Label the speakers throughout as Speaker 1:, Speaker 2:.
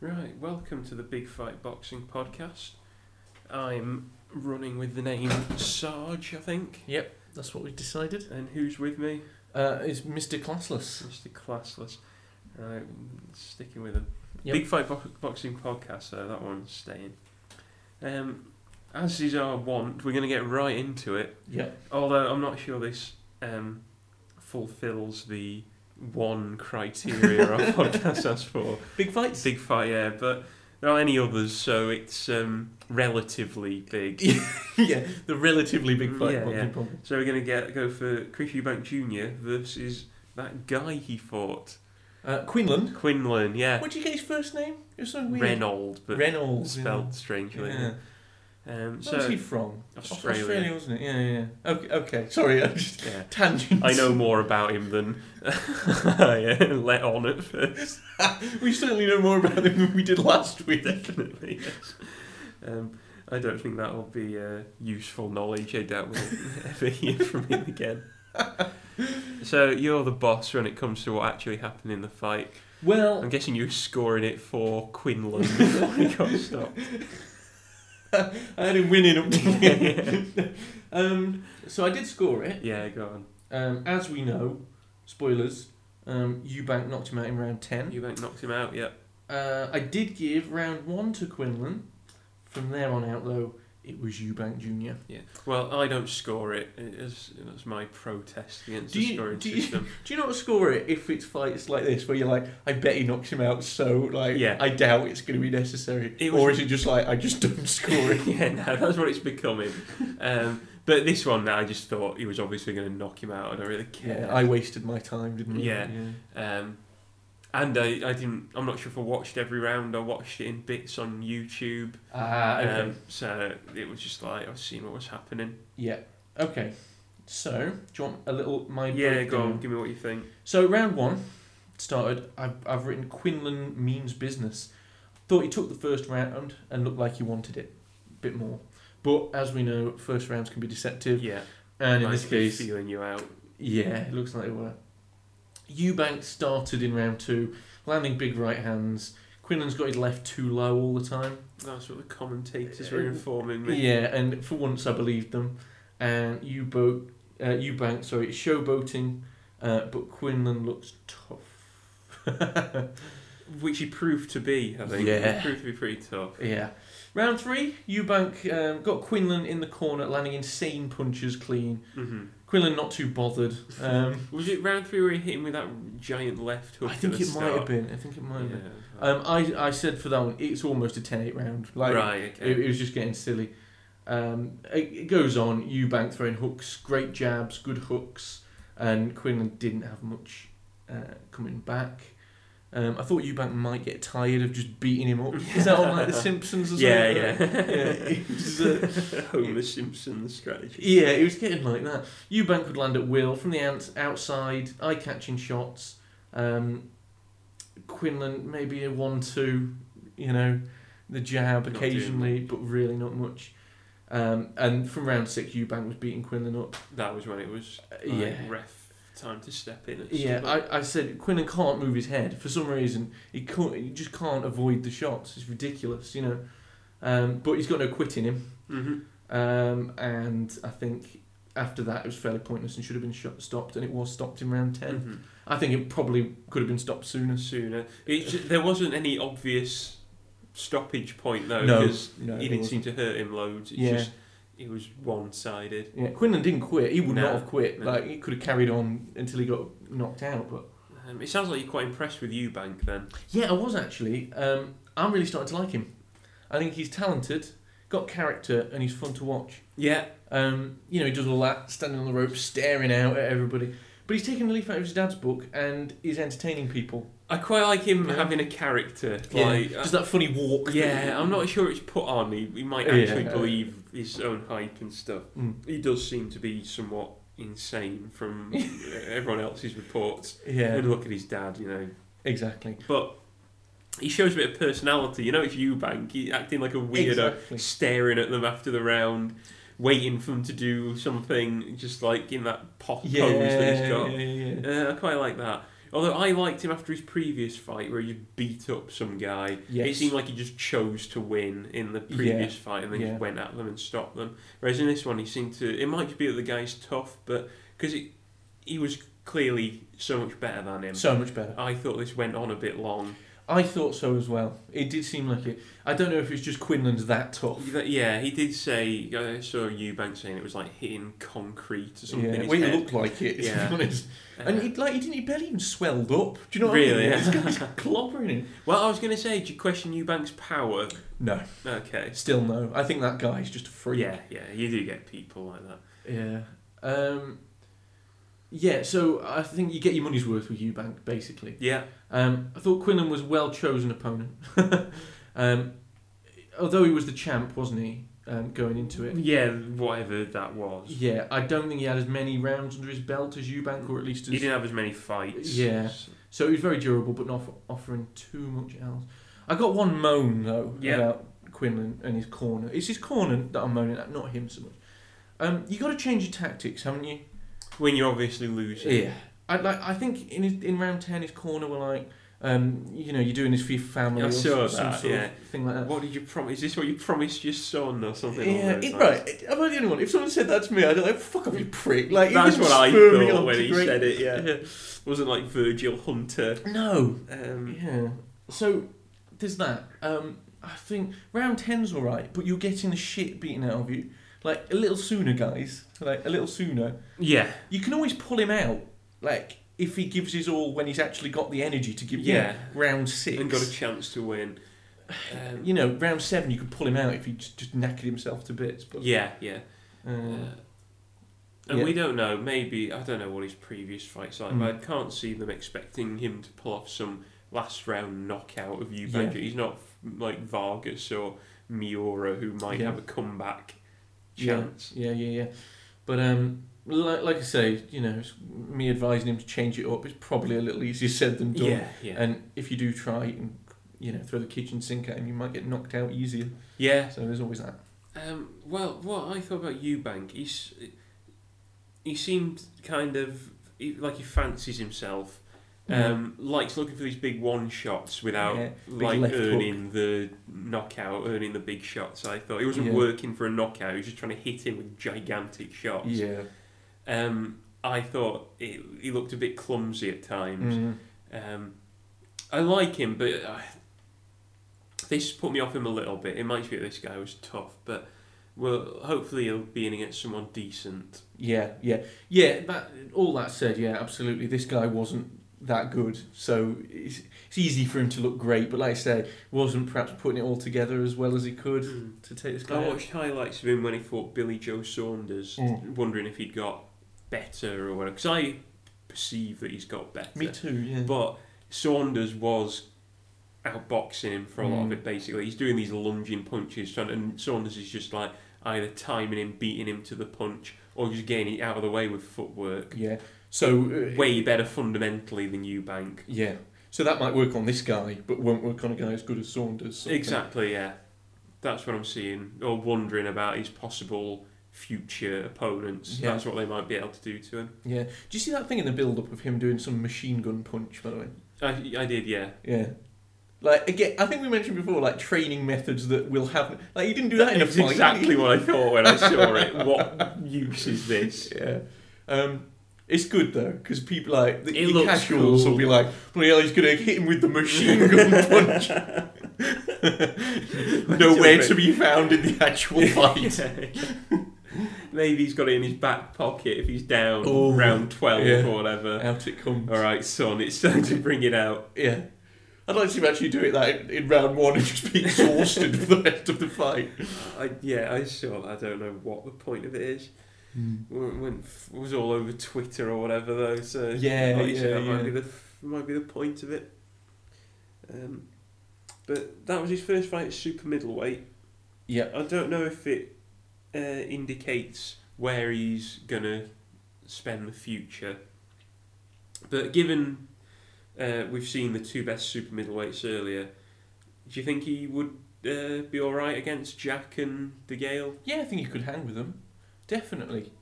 Speaker 1: Right, welcome to the Big Fight Boxing Podcast. I'm running with the name Sarge, I think.
Speaker 2: That's what we decided.
Speaker 1: And who's with me?
Speaker 2: Uh, is Mr. Classless.
Speaker 1: Mr. Classless. Right, sticking with him.
Speaker 2: Yep.
Speaker 1: Big Fight Bo- Boxing Podcast, though, that one's staying. Um, as is our want, we're going to get right into it.
Speaker 2: Yeah.
Speaker 1: Although I'm not sure this um, fulfills the one criteria our podcast has for.
Speaker 2: Big fights.
Speaker 1: Big fight, yeah, but there aren't any others, so it's um, relatively big.
Speaker 2: yeah, the relatively big fight.
Speaker 1: Yeah,
Speaker 2: Yeah,
Speaker 1: yeah. So we're going to get go for Chris Eubank Jr. versus that guy he fought,
Speaker 2: Uh, Quinlan.
Speaker 1: Quinlan, yeah.
Speaker 2: What did you get his first name? It was so weird.
Speaker 1: Reynold, but
Speaker 2: Reynolds. you know.
Speaker 1: spelled strangely.
Speaker 2: Yeah.
Speaker 1: Um,
Speaker 2: Where's he
Speaker 1: so,
Speaker 2: from?
Speaker 1: Australia.
Speaker 2: Australia, wasn't it? Yeah, yeah. yeah. Okay, okay. sorry. I just
Speaker 1: yeah.
Speaker 2: tangent.
Speaker 1: I know more about him than I uh, let on at first.
Speaker 2: we certainly know more about him than we did last week.
Speaker 1: Definitely, yes. Um, I don't think that will be uh, useful knowledge. I doubt we'll ever hear from him again. So you're the boss when it comes to what actually happened in the fight.
Speaker 2: Well,
Speaker 1: I'm guessing you were scoring it for Quinlan before he got stopped.
Speaker 2: I had him winning up to the end. um, so I did score it.
Speaker 1: Yeah, go on.
Speaker 2: Um, as we know, spoilers. Um, Eubank knocked him out in round ten.
Speaker 1: Eubank knocked him out. Yep.
Speaker 2: Uh, I did give round one to Quinlan. From there on out, though, it was Eubank Jr.
Speaker 1: Yeah. Well, I don't score it. It's, it's my protest against
Speaker 2: Do
Speaker 1: the
Speaker 2: you-
Speaker 1: scoring
Speaker 2: do you-
Speaker 1: system.
Speaker 2: Do you not score it if it's fights like this where you're like, I bet he knocks him out, so like,
Speaker 1: Yeah.
Speaker 2: I doubt it's going to be necessary,
Speaker 1: It
Speaker 2: or
Speaker 1: was-
Speaker 2: is it just like I just don't score it?
Speaker 1: yeah, no, that's what it's becoming. Um, but this one, I just thought he was obviously going to knock him out. I don't really care.
Speaker 2: yeah, I wasted my time, didn't I?
Speaker 1: Yeah. Um, and I, I didn't. I'm not sure if I watched every round. I watched it in bits on YouTube.
Speaker 2: Ah, okay.
Speaker 1: Um, so it was just like I was seeing what was happening.
Speaker 2: yeah. Okay. So, do you want a little my
Speaker 1: yeah, go
Speaker 2: breakdown?
Speaker 1: on. Give me what you think.
Speaker 2: So round one started. I've, I've written Quinlan means business. Thought he took the first round and looked like he wanted it a bit more. But as we know, first rounds can be deceptive.
Speaker 1: Yeah.
Speaker 2: And in
Speaker 1: like
Speaker 2: this case,
Speaker 1: feeling you out.
Speaker 2: yeah, it looks like they were. Eubank started in round two, landing big right hands. Quinlan's got his left too low all the time.
Speaker 1: That's what the commentators were informing me.
Speaker 2: Uh, Yeah, and for once I believed them. And you boat, uh, Eubank, sorry, it's showboating, uh, but Quinlan looks tough.
Speaker 1: Which he proved to be, I think.
Speaker 2: Yeah.
Speaker 1: He proved to be pretty tough.
Speaker 2: Yeah. Round three, Eubank um, got Quinlan in the corner, landing insane punches clean.
Speaker 1: hmm
Speaker 2: Quinlan not too bothered. Um,
Speaker 1: Was it round three where he hit him with that giant left hook?
Speaker 2: I
Speaker 1: at
Speaker 2: think
Speaker 1: the
Speaker 2: it might have
Speaker 1: start?
Speaker 2: been. I think it might have been.
Speaker 1: Yeah.
Speaker 2: Um, I, I said for that one, it's almost a 10-8 round. Like,
Speaker 1: right, okay.
Speaker 2: it, it was just getting silly. Um, it, it goes on. Eubank throwing hooks, great jabs, good hooks, and Quinlan didn't have much uh, coming back. Um, I thought Eubank might get tired of just beating him up. Is that on like The Simpsons or something?
Speaker 1: yeah, yeah.
Speaker 2: it was, uh,
Speaker 1: Homer Simpson strategy.
Speaker 2: Yeah, it was getting like that. Eubank would land at will from the ant- outside, eye catching shots. Um, Quinlan, maybe a 1 2, you know, the jab
Speaker 1: Not
Speaker 2: occasionally, but really not much. Um, and from round six, Eubank was beating Quinlan up.
Speaker 1: That was when it was
Speaker 2: Uh,
Speaker 1: like,
Speaker 2: yeah.
Speaker 1: ref time to step in. And
Speaker 2: Yeah,
Speaker 1: stuff like-
Speaker 2: I, I said Quinlan can't move his head for some reason. He can't. He just can't avoid the shots. It's ridiculous, you know. Um, but he's got no quit in him.
Speaker 1: Mhm.
Speaker 2: Um, and I think after that, it was fairly pointless and should have been shot, stopped, and it was stopped in round 10.
Speaker 1: Mhm.
Speaker 2: I think it probably could have been stopped sooner.
Speaker 1: Sooner. It ju- there wasn't any obvious stoppage point though,
Speaker 2: No,
Speaker 1: because
Speaker 2: no,
Speaker 1: he
Speaker 2: there
Speaker 1: didn't seem to hurt him loads. It's
Speaker 2: Yeah.
Speaker 1: just it was one sided.
Speaker 2: Yeah, Quinlan didn't quit. He would
Speaker 1: No,
Speaker 2: not have quit.
Speaker 1: no.
Speaker 2: Like, he could have carried on until he got knocked out. But
Speaker 1: Um, it sounds like you're quite impressed with Eubank then.
Speaker 2: yeah, I was actually. Um, I'm really starting to like him. I think he's talented, got character, and he's fun to watch.
Speaker 1: Yeah.
Speaker 2: Um, you know, he does all that, standing on the rope, staring out at everybody. But he's taking a leaf out of his dad's book and is entertaining people.
Speaker 1: I quite like him
Speaker 2: Yeah.
Speaker 1: having a character.
Speaker 2: Like,
Speaker 1: Like, uh,
Speaker 2: does that funny walk. that-
Speaker 1: yeah, I'm not sure it's put on. He, he might
Speaker 2: Yeah.
Speaker 1: actually believe his own hype and stuff.
Speaker 2: Mm.
Speaker 1: He does seem to be somewhat insane from uh, everyone else's reports. And
Speaker 2: Yeah,
Speaker 1: look at his dad, you know.
Speaker 2: exactly.
Speaker 1: But he shows a bit of personality. You know, it's Eubank. He acting like a weirdo,
Speaker 2: Exactly.
Speaker 1: staring at them after the round, waiting for them to do something, just like in that pop pose that he's got.
Speaker 2: yeah, yeah.
Speaker 1: Uh, I quite like that. Although I liked him after his previous fight where he just beat up some guy. It
Speaker 2: Yes.
Speaker 1: seemed like he just chose to win in the previous fight and then
Speaker 2: Yeah.
Speaker 1: just went at them and stopped them. Whereas in this one, he seemed to. It might just be that the guy's tough, but because he was clearly so much better than him.
Speaker 2: So much better.
Speaker 1: I thought this went on a bit long.
Speaker 2: I thought so as well. It did seem like it. I don't know if it's just Quinlan's that tough.
Speaker 1: Yeah, he did say. I saw Eubank saying it was like hitting concrete or something. in
Speaker 2: Yeah,
Speaker 1: his
Speaker 2: well,
Speaker 1: head.
Speaker 2: it looked like it.
Speaker 1: Yeah.
Speaker 2: To be honest,
Speaker 1: Uh,
Speaker 2: and it like he didn't. He barely even swelled up. Do you know what
Speaker 1: Really?
Speaker 2: I mean? He's got this clobber in him.
Speaker 1: well, I was going to say, did you question Eubank's power?
Speaker 2: No,
Speaker 1: Okay.
Speaker 2: still no. I think that guy's just a freak.
Speaker 1: Yeah, yeah, you do get people like that.
Speaker 2: Yeah. Um, yeah, so I think you get your money's worth with Eubank, basically.
Speaker 1: Yeah,
Speaker 2: Um, I thought Quinlan was a well chosen opponent. um, although he was the champ, wasn't he, um, going into it?
Speaker 1: yeah, whatever that was.
Speaker 2: Yeah, I don't think he had as many rounds under his belt as Eubank, or at least
Speaker 1: He
Speaker 2: as.
Speaker 1: didn't have as many fights.
Speaker 2: Yeah.
Speaker 1: So-
Speaker 2: So he was very durable, but not offering too much else. I got one moan, though,
Speaker 1: Yeah.
Speaker 2: about Quinlan and his corner. It's his corner that I'm moaning at, not him so much. Um, you got to change your tactics, haven't you?
Speaker 1: When you obviously lose. it.
Speaker 2: Yeah, I like. I think in his, in round ten, his corner were like, um, you know, you're doing this for your family
Speaker 1: Yeah, I
Speaker 2: or
Speaker 1: saw
Speaker 2: some, some
Speaker 1: that,
Speaker 2: sort
Speaker 1: yeah.
Speaker 2: of thing like that.
Speaker 1: What did you promise? Is this what you promised your son or something? along
Speaker 2: Yeah,
Speaker 1: those
Speaker 2: it,
Speaker 1: lines?
Speaker 2: right. it- Am I the only one? If someone said that to me, I'd be like, "Fuck off, you prick!" Like, it
Speaker 1: That's
Speaker 2: didn't
Speaker 1: what I
Speaker 2: spur me on
Speaker 1: thought when
Speaker 2: to
Speaker 1: he
Speaker 2: great-
Speaker 1: said it. Yeah. wasn't like Virgil Hunter.
Speaker 2: No.
Speaker 1: Um,
Speaker 2: Yeah. So there's that. Um, I think round ten's all right, but you're getting the shit beaten out of you. Like a little sooner, guys. Like a little sooner.
Speaker 1: yeah,
Speaker 2: You can always pull him out. Like if he gives his all when he's actually got the energy to give. you
Speaker 1: Yeah.
Speaker 2: Round six.
Speaker 1: and got a chance to win. Um,
Speaker 2: you know, round seven, you could pull him out if he just, just knackered himself to bits. But
Speaker 1: yeah, yeah.
Speaker 2: uh,
Speaker 1: Uh, and
Speaker 2: Yeah.
Speaker 1: we don't know. Maybe I don't know what his previous fights like, but I
Speaker 2: Mm.
Speaker 1: can't see them expecting him to pull off some last round knockout of you.
Speaker 2: Yeah.
Speaker 1: He's not like Vargas or Miura, who might
Speaker 2: Yeah.
Speaker 1: have a comeback
Speaker 2: Yeah.
Speaker 1: chance.
Speaker 2: yeah, yeah, yeah. But um, like, like I say, you know, it's me advising him to change it up is probably a little easier said than done.
Speaker 1: Yeah, yeah,
Speaker 2: And if you do try and you know throw the kitchen sink at him, you might get knocked out easier.
Speaker 1: yeah.
Speaker 2: So there's always that.
Speaker 1: Um, well, what I thought about Eubank, he's he seemed kind of he, like he fancies himself. Um, Likes looking for these big one shots without
Speaker 2: Yeah,
Speaker 1: like
Speaker 2: left hook.
Speaker 1: earning the knockout, earning the big shots. I thought he wasn't
Speaker 2: Yeah.
Speaker 1: working for a knockout; he was just trying to hit him with gigantic shots.
Speaker 2: yeah.
Speaker 1: Um, I thought it, he looked a bit clumsy at times.
Speaker 2: Mm.
Speaker 1: Um, I like him, but uh, this put me off him a little bit. It might be that this guy was tough, but well, hopefully he'll be in against someone decent.
Speaker 2: Yeah, yeah, yeah. That all that said, yeah, absolutely. This guy wasn't that good, so it's, it's easy for him to look great. But like I say, wasn't perhaps putting it all together as well as he could
Speaker 1: Hmm.
Speaker 2: to take this
Speaker 1: I
Speaker 2: guy. out.
Speaker 1: watched highlights of him when he fought Billy Joe Saunders,
Speaker 2: Mm.
Speaker 1: wondering if he'd got better or whatever. Because I perceive that he's got better.
Speaker 2: Me too. Yeah.
Speaker 1: But Saunders was outboxing him for a lot of
Speaker 2: Mm.
Speaker 1: it. Basically, he's doing these lunging punches, trying, and Saunders is just like either timing him, beating him to the punch, or just getting it out of the way with footwork.
Speaker 2: yeah. So uh,
Speaker 1: Way better fundamentally than Eubank.
Speaker 2: Yeah. So that might work on this guy, but won't work on a guy as good as Saunders. sort of thing.
Speaker 1: Exactly. Yeah, that's what I'm seeing or wondering about his possible future opponents.
Speaker 2: Yeah.
Speaker 1: That's what they might be able to do to him.
Speaker 2: Yeah. Do you see that thing in the build-up of him doing some machine gun punch? By the way.
Speaker 1: I, I did, yeah.
Speaker 2: Yeah. Like again, I think we mentioned before, like training methods that will have. Like he didn't do that in a
Speaker 1: It's
Speaker 2: fight.
Speaker 1: exactly what I thought when I saw it. What use is this?
Speaker 2: Yeah. Um, it's good though because people like the
Speaker 1: It
Speaker 2: your
Speaker 1: looks
Speaker 2: casuals
Speaker 1: cool.
Speaker 2: will be like, "Bloody hell, he's gonna hit him with the machine gun punch." Nowhere to be found in the actual fight.
Speaker 1: Maybe he's got it in his back pocket if he's down
Speaker 2: Oh,
Speaker 1: round twelve
Speaker 2: yeah.
Speaker 1: or whatever.
Speaker 2: Out it comes.
Speaker 1: All right, son, it's time to bring it out.
Speaker 2: Yeah. I'd like to see him actually do it that in, in round one and just be exhausted for the rest of the fight.
Speaker 1: I, yeah, I saw. I don't know what the point of it is. Went, went was all over Twitter or whatever though. So
Speaker 2: Yeah,
Speaker 1: like you said,
Speaker 2: yeah,
Speaker 1: that might
Speaker 2: yeah.
Speaker 1: be the might be the point of it. Um, but that was his first fight at super middleweight.
Speaker 2: Yeah.
Speaker 1: I don't know if it uh, indicates where he's gonna spend the future. But given uh, we've seen the two best super middleweights earlier, do you think he would uh, be all right against Jack and De Gale?
Speaker 2: Yeah, I think he could hang with them. Definitely.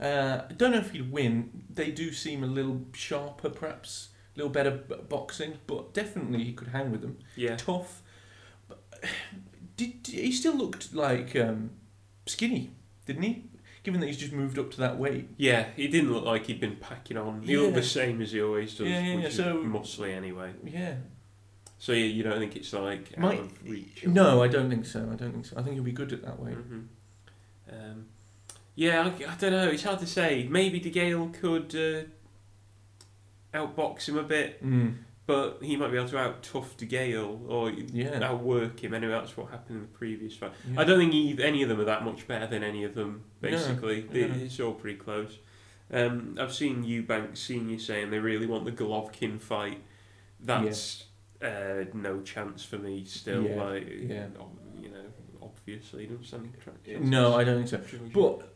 Speaker 2: Uh, I don't know if he'd win. They do seem a little sharper, perhaps, little better b- boxing, but definitely he could hang with them.
Speaker 1: Yeah.
Speaker 2: Tough. But did, did- he still looked like um, skinny, didn't he? Given that he's just moved up to that weight.
Speaker 1: Yeah, he didn't look like he'd been packing on. He looked
Speaker 2: Yeah.
Speaker 1: the same as he always does,
Speaker 2: Yeah, yeah,
Speaker 1: which
Speaker 2: yeah,
Speaker 1: is
Speaker 2: so-
Speaker 1: muscly anyway.
Speaker 2: Yeah.
Speaker 1: So you, you don't think it's like out
Speaker 2: Might-
Speaker 1: of reach?
Speaker 2: No, I don't think so. I don't think so. I think he'll be good at that weight.
Speaker 1: hmm Um, yeah, I, I don't know. It's hard to say. Maybe De Gale could uh, outbox him a bit,
Speaker 2: Mm.
Speaker 1: but he might be able to out tough De Gale or
Speaker 2: Yeah.
Speaker 1: outwork him. Anyway, that's what happened in the previous fight.
Speaker 2: yeah.
Speaker 1: I don't think eith- any of them are that much better than any of them.
Speaker 2: No,
Speaker 1: Basically, They-
Speaker 2: no.
Speaker 1: it's all pretty close. Um, I've seen Eubank Senior saying they really want the Golovkin fight. That's uh, no chance for me. Still,
Speaker 2: Yeah,
Speaker 1: like
Speaker 2: yeah.
Speaker 1: ob- you know, obviously doesn't stand a tra- chance.
Speaker 2: No, I don't think so.
Speaker 1: But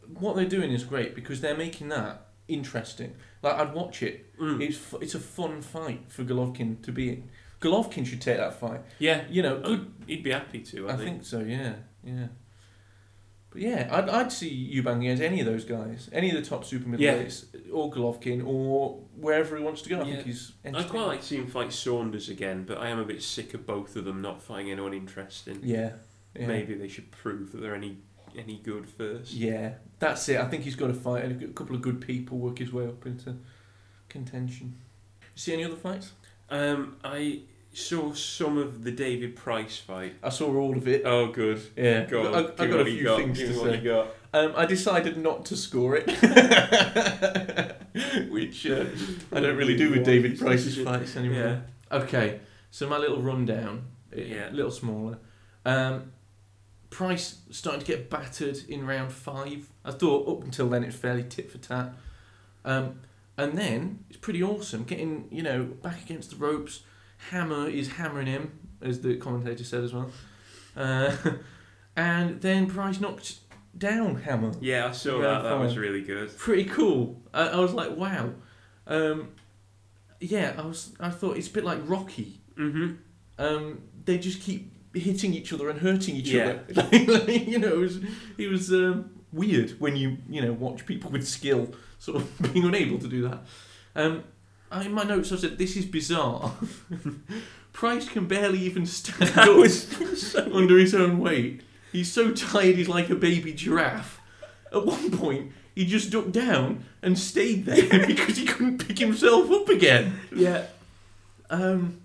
Speaker 2: But what they're doing is great because they're making that interesting. Like I'd watch it.
Speaker 1: Hmm.
Speaker 2: It's fu- it's a fun fight for Golovkin to be in. Golovkin should take that fight.
Speaker 1: yeah,
Speaker 2: You know,
Speaker 1: uh,
Speaker 2: good.
Speaker 1: he'd be happy to. I,
Speaker 2: I
Speaker 1: think.
Speaker 2: think so. Yeah, yeah. But yeah, I'd I'd see Eubank against any of those guys, any of the top super
Speaker 1: Yeah.
Speaker 2: middleweights, or Golovkin, or wherever he wants to go. I
Speaker 1: Yeah.
Speaker 2: think he's.
Speaker 1: I quite
Speaker 2: entertaining.
Speaker 1: like seeing him fight Saunders again, but I am a bit sick of both of them not fighting anyone interesting.
Speaker 2: Yeah. yeah.
Speaker 1: Maybe they should prove that they're any any good first.
Speaker 2: Yeah, that's it. I think he's got to fight and a couple of good people work his way up into contention. See any other fights?
Speaker 1: Um, I saw some of the David Price fight.
Speaker 2: I saw all of it.
Speaker 1: Oh, good.
Speaker 2: Yeah,
Speaker 1: Go on.
Speaker 2: I, I
Speaker 1: give me
Speaker 2: got a
Speaker 1: what you
Speaker 2: few
Speaker 1: got.
Speaker 2: things
Speaker 1: give
Speaker 2: to
Speaker 1: me what
Speaker 2: say.
Speaker 1: You got.
Speaker 2: Um, I decided not to score it, which uh, I don't really do with David Price's fights anymore.
Speaker 1: Yeah.
Speaker 2: Okay, so my little rundown, a
Speaker 1: Yeah.
Speaker 2: little smaller. Um, Price starting to get battered in round five. I thought up until then it's fairly tit for tat, um, and then it's pretty awesome getting you know back against the ropes. Hammer is hammering him, as the commentator said as well, uh, and then Price knocked down Hammer.
Speaker 1: Yeah, I saw
Speaker 2: Round
Speaker 1: that. That was
Speaker 2: five.
Speaker 1: really good.
Speaker 2: Pretty cool. I, I was like, wow. Um, yeah, I was. I thought it's a bit like Rocky
Speaker 1: Mm-hmm.
Speaker 2: um, they just keep hitting each other and hurting each
Speaker 1: Yeah.
Speaker 2: other. Like, like, you know, it was it was um, weird when you you know watch people with skill sort of being unable to do that. Um, I, in my notes, I said this is bizarre. Price can barely even stand
Speaker 1: That
Speaker 2: up
Speaker 1: was
Speaker 2: under his own weight. He's so tired, he's like a baby giraffe. At one point, he just ducked down and stayed there because he couldn't pick himself up again.
Speaker 1: Yeah.
Speaker 2: Um,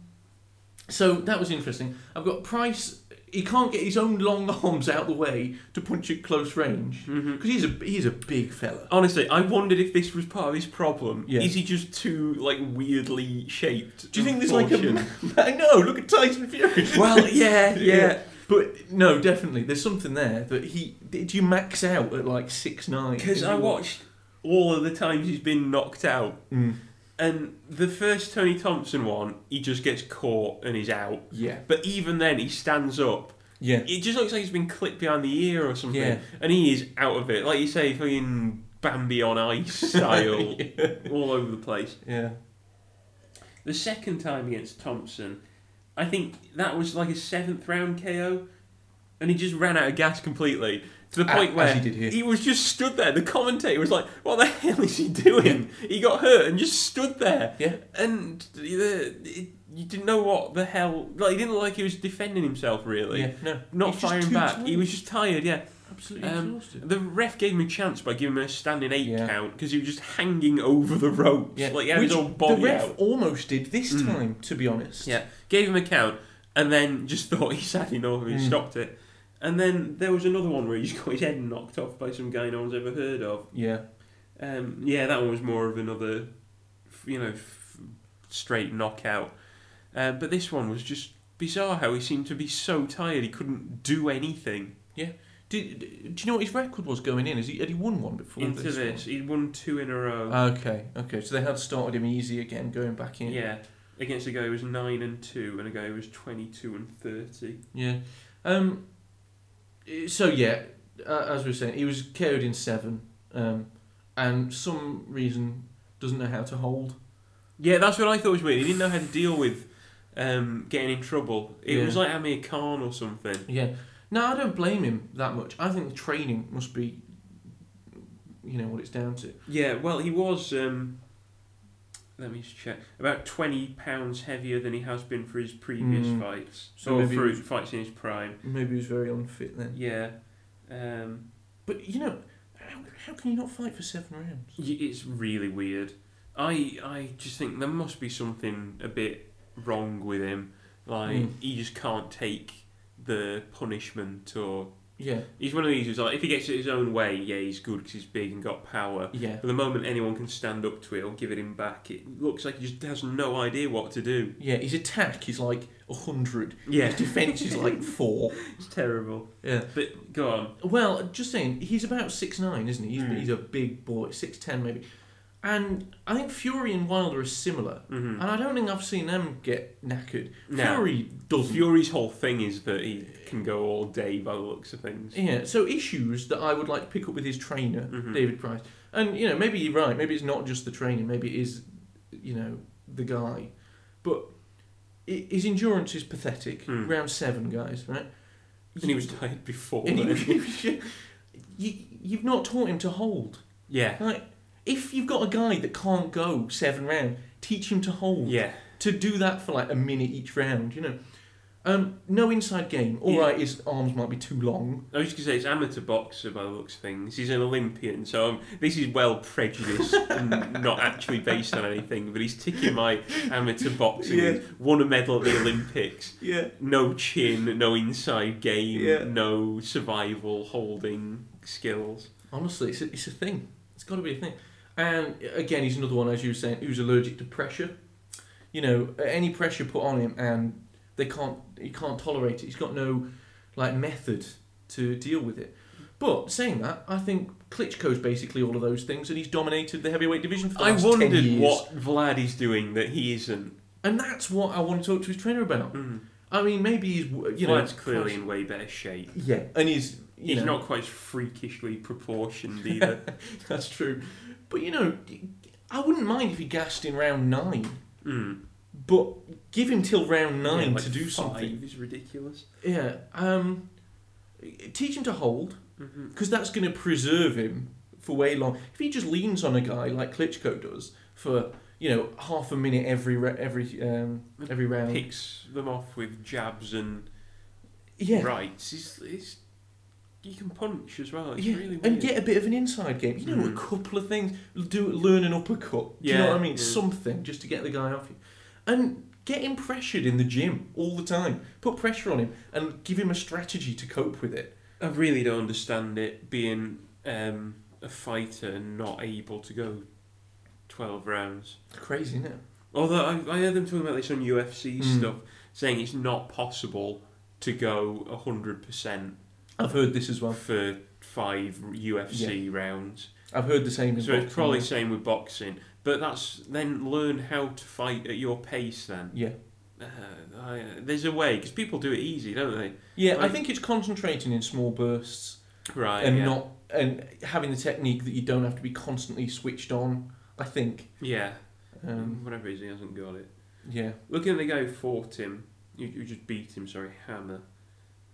Speaker 2: so that was interesting. I've got Price. He can't get his own long arms out the way to punch at close range
Speaker 1: hmm
Speaker 2: because he's a he's a big fella.
Speaker 1: Honestly, I wondered if this was part of his problem.
Speaker 2: Yeah.
Speaker 1: Is he just too like weirdly shaped?
Speaker 2: Do you think there's like a?
Speaker 1: portion?
Speaker 2: I know. Look at Tyson Fury.
Speaker 1: well, yeah, yeah.
Speaker 2: but no, definitely there's something there that he. Did you max out at like six nine?
Speaker 1: Because I watched all of the times he's been knocked out,
Speaker 2: Mm,
Speaker 1: and the first Tony Thompson one, he just gets caught and he's out.
Speaker 2: yeah.
Speaker 1: But even then, he stands up.
Speaker 2: Yeah.
Speaker 1: It just looks like he's been clipped behind the ear or something.
Speaker 2: Yeah.
Speaker 1: And he is out of it. Like you say, fucking Bambi on ice style, all over the place.
Speaker 2: Yeah.
Speaker 1: The second time against Thompson, I think that was like a seventh round KO, and he just ran out of gas completely. To the
Speaker 2: A-
Speaker 1: point
Speaker 2: as
Speaker 1: where
Speaker 2: he did here.
Speaker 1: was just stood there. The commentator was like, "What the hell is he doing?"
Speaker 2: Mm.
Speaker 1: He got hurt and just stood there.
Speaker 2: Yeah.
Speaker 1: And the, it, you didn't know what the hell. Like he didn't look like he was defending himself really.
Speaker 2: yeah. No.
Speaker 1: Not
Speaker 2: He's just
Speaker 1: firing
Speaker 2: too
Speaker 1: back. He
Speaker 2: tired.
Speaker 1: was just tired. Yeah.
Speaker 2: absolutely
Speaker 1: um,
Speaker 2: exhausted.
Speaker 1: The ref gave him a chance by giving him a standing eight
Speaker 2: Yeah.
Speaker 1: count because he was just hanging over the ropes.
Speaker 2: Yeah.
Speaker 1: Like he had
Speaker 2: Which
Speaker 1: his whole body
Speaker 2: the ref
Speaker 1: out.
Speaker 2: almost did this
Speaker 1: Mm.
Speaker 2: time, to be honest.
Speaker 1: Yeah, gave him a count, and then just thought he's had enough and he
Speaker 2: Mm.
Speaker 1: stopped it. And then there was another one where he's got his head knocked off by some guy no one's ever heard of.
Speaker 2: Yeah.
Speaker 1: Um, yeah, that one was more of another, f- you know, f- straight knockout. Uh, but this one was just bizarre how he seemed to be so tired he couldn't do anything
Speaker 2: Did, do you know what his record was going in? Is he had he won one before
Speaker 1: into
Speaker 2: this?
Speaker 1: this. He'd won two in a row.
Speaker 2: one? Okay, okay. So they had started him easy again, going back in.
Speaker 1: yeah, against a guy who was nine and two and a guy who was twenty-two and thirty.
Speaker 2: yeah. Um. eh, So yeah, uh, as we were saying, he was KO'd in seven, um, and some reason doesn't know how to hold.
Speaker 1: Yeah, that's what I thought was weird. He didn't know how to deal with um, getting in trouble. It
Speaker 2: Yeah.
Speaker 1: was like Amir Khan or something.
Speaker 2: Yeah. No, I don't blame him that much. I think the training must be, you know, what it's down to.
Speaker 1: Yeah, well, he was. Um, Let me just check. About twenty pounds heavier than he has been for his previous
Speaker 2: Mm.
Speaker 1: fights,
Speaker 2: So
Speaker 1: or
Speaker 2: maybe
Speaker 1: for
Speaker 2: it was-
Speaker 1: fights in his prime.
Speaker 2: Maybe he was very unfit then.
Speaker 1: Yeah, um,
Speaker 2: But you know, how, how can you not fight for seven rounds?
Speaker 1: y- it's really weird. I I just think there must be something a bit wrong with him. Like
Speaker 2: Mm.
Speaker 1: he just can't take the punishment, or
Speaker 2: Yeah,
Speaker 1: he's one of these who's like, if he gets it his own way, yeah, he's good because he's big and got power.
Speaker 2: yeah.
Speaker 1: But the moment anyone can stand up to it or give it him back, it looks like he just has no idea what to do.
Speaker 2: Yeah, his attack is like 100.
Speaker 1: Yeah,
Speaker 2: His defence is like 4.
Speaker 1: it's terrible.
Speaker 2: Yeah.
Speaker 1: But go on.
Speaker 2: Well, just saying, he's about six nine, isn't he? He's,
Speaker 1: Mm.
Speaker 2: he's a big boy, 6'10 maybe. And I think Fury and Wilder are similar.
Speaker 1: Mm-hmm.
Speaker 2: And I don't think I've seen them get knackered.
Speaker 1: Now,
Speaker 2: Fury doesn't.
Speaker 1: Fury's whole thing is that he can go all day by the looks of things.
Speaker 2: Yeah, so issues that I would like to pick up with his trainer,
Speaker 1: Mhm.
Speaker 2: David Price. And, you know, maybe you're right. Maybe it's not just the trainer. Maybe it is, you know, the guy. But i- his endurance is pathetic.
Speaker 1: Mm.
Speaker 2: Round seven, guys, right?
Speaker 1: And he was tired before.
Speaker 2: And
Speaker 1: then.
Speaker 2: he was- you, you've not taught him to hold.
Speaker 1: yeah.
Speaker 2: Like, if you've got a guy that can't go seven round, teach him to hold.
Speaker 1: Yeah.
Speaker 2: To do that for like a minute each round, you know. Um, no inside game. All
Speaker 1: Yeah.
Speaker 2: right, his arms might be too long.
Speaker 1: I was just going to say, it's amateur boxer by the looks of things. He's an Olympian, so um, this is well prejudiced and not actually based on anything, but he's ticking my amateur boxing.
Speaker 2: Yeah.
Speaker 1: Won a medal at the Olympics.
Speaker 2: Yeah.
Speaker 1: no chin, no inside game,
Speaker 2: Yeah.
Speaker 1: no survival holding skills.
Speaker 2: Honestly, it's a, it's a thing. It's got to be a thing. And again, he's another one, as you were saying, who's allergic to pressure. You know, any pressure put on him, and they can't. He can't tolerate it. He's got no, like, method to deal with it. But saying that, I think Klitschko's basically all of those things, and he's dominated the heavyweight division for the
Speaker 1: I
Speaker 2: last 10
Speaker 1: wondered
Speaker 2: years.
Speaker 1: what Vlad is doing that he isn't.
Speaker 2: And that's what I want to talk to his trainer about.
Speaker 1: Mm.
Speaker 2: I mean, maybe he's Hmm. you know
Speaker 1: Vlad's clearly in way better shape.
Speaker 2: yeah, and he's you
Speaker 1: He's
Speaker 2: know
Speaker 1: not quite as freakishly proportioned either.
Speaker 2: that's true. But you know, I wouldn't mind if he gassed in round nine.
Speaker 1: mm.
Speaker 2: But give him till round nine
Speaker 1: Yeah, like
Speaker 2: to do
Speaker 1: five
Speaker 2: something.
Speaker 1: is ridiculous.
Speaker 2: Yeah. Um, teach him to hold
Speaker 1: hmm
Speaker 2: because that's going to preserve him for way long. If he just leans on a guy like Klitschko does for you know half a minute every re- every um, every round.
Speaker 1: Picks them off with jabs and
Speaker 2: Yeah.
Speaker 1: rights. It's, it's, he can punch as well. It's
Speaker 2: yeah,
Speaker 1: really weird.
Speaker 2: and get a bit of an inside game. You know,
Speaker 1: Mhm.
Speaker 2: a couple of things. Do learn an uppercut. Do you
Speaker 1: Yeah,
Speaker 2: know what I mean?
Speaker 1: yeah.
Speaker 2: Something just to get the guy off you, and get him pressured in the gym all the time. Put pressure on him and give him a strategy to cope with it.
Speaker 1: I really don't understand it being um, a fighter and not able to go 12 rounds.
Speaker 2: Crazy, isn't it?
Speaker 1: Although I, I heard them talking about this on UFC
Speaker 2: Mm.
Speaker 1: stuff, saying it's not possible to go 100%
Speaker 2: I've heard this as well.
Speaker 1: for five UFC rounds.
Speaker 2: I've heard the same as
Speaker 1: So
Speaker 2: well.
Speaker 1: it's probably same with boxing. But that's then learn how to fight at your pace then.
Speaker 2: Yeah.
Speaker 1: Uh, I, there's a way, because people do it easy, don't they?
Speaker 2: Yeah, I
Speaker 1: Like-
Speaker 2: think it's concentrating in small bursts
Speaker 1: Right.
Speaker 2: and
Speaker 1: Uh, yeah.
Speaker 2: not and having the technique that you don't have to be constantly switched on. I think.
Speaker 1: Yeah.
Speaker 2: Um,
Speaker 1: Whatever it is, he hasn't got it.
Speaker 2: yeah.
Speaker 1: Looking at the guy who fought him, who, who just beat him, sorry, Hammer.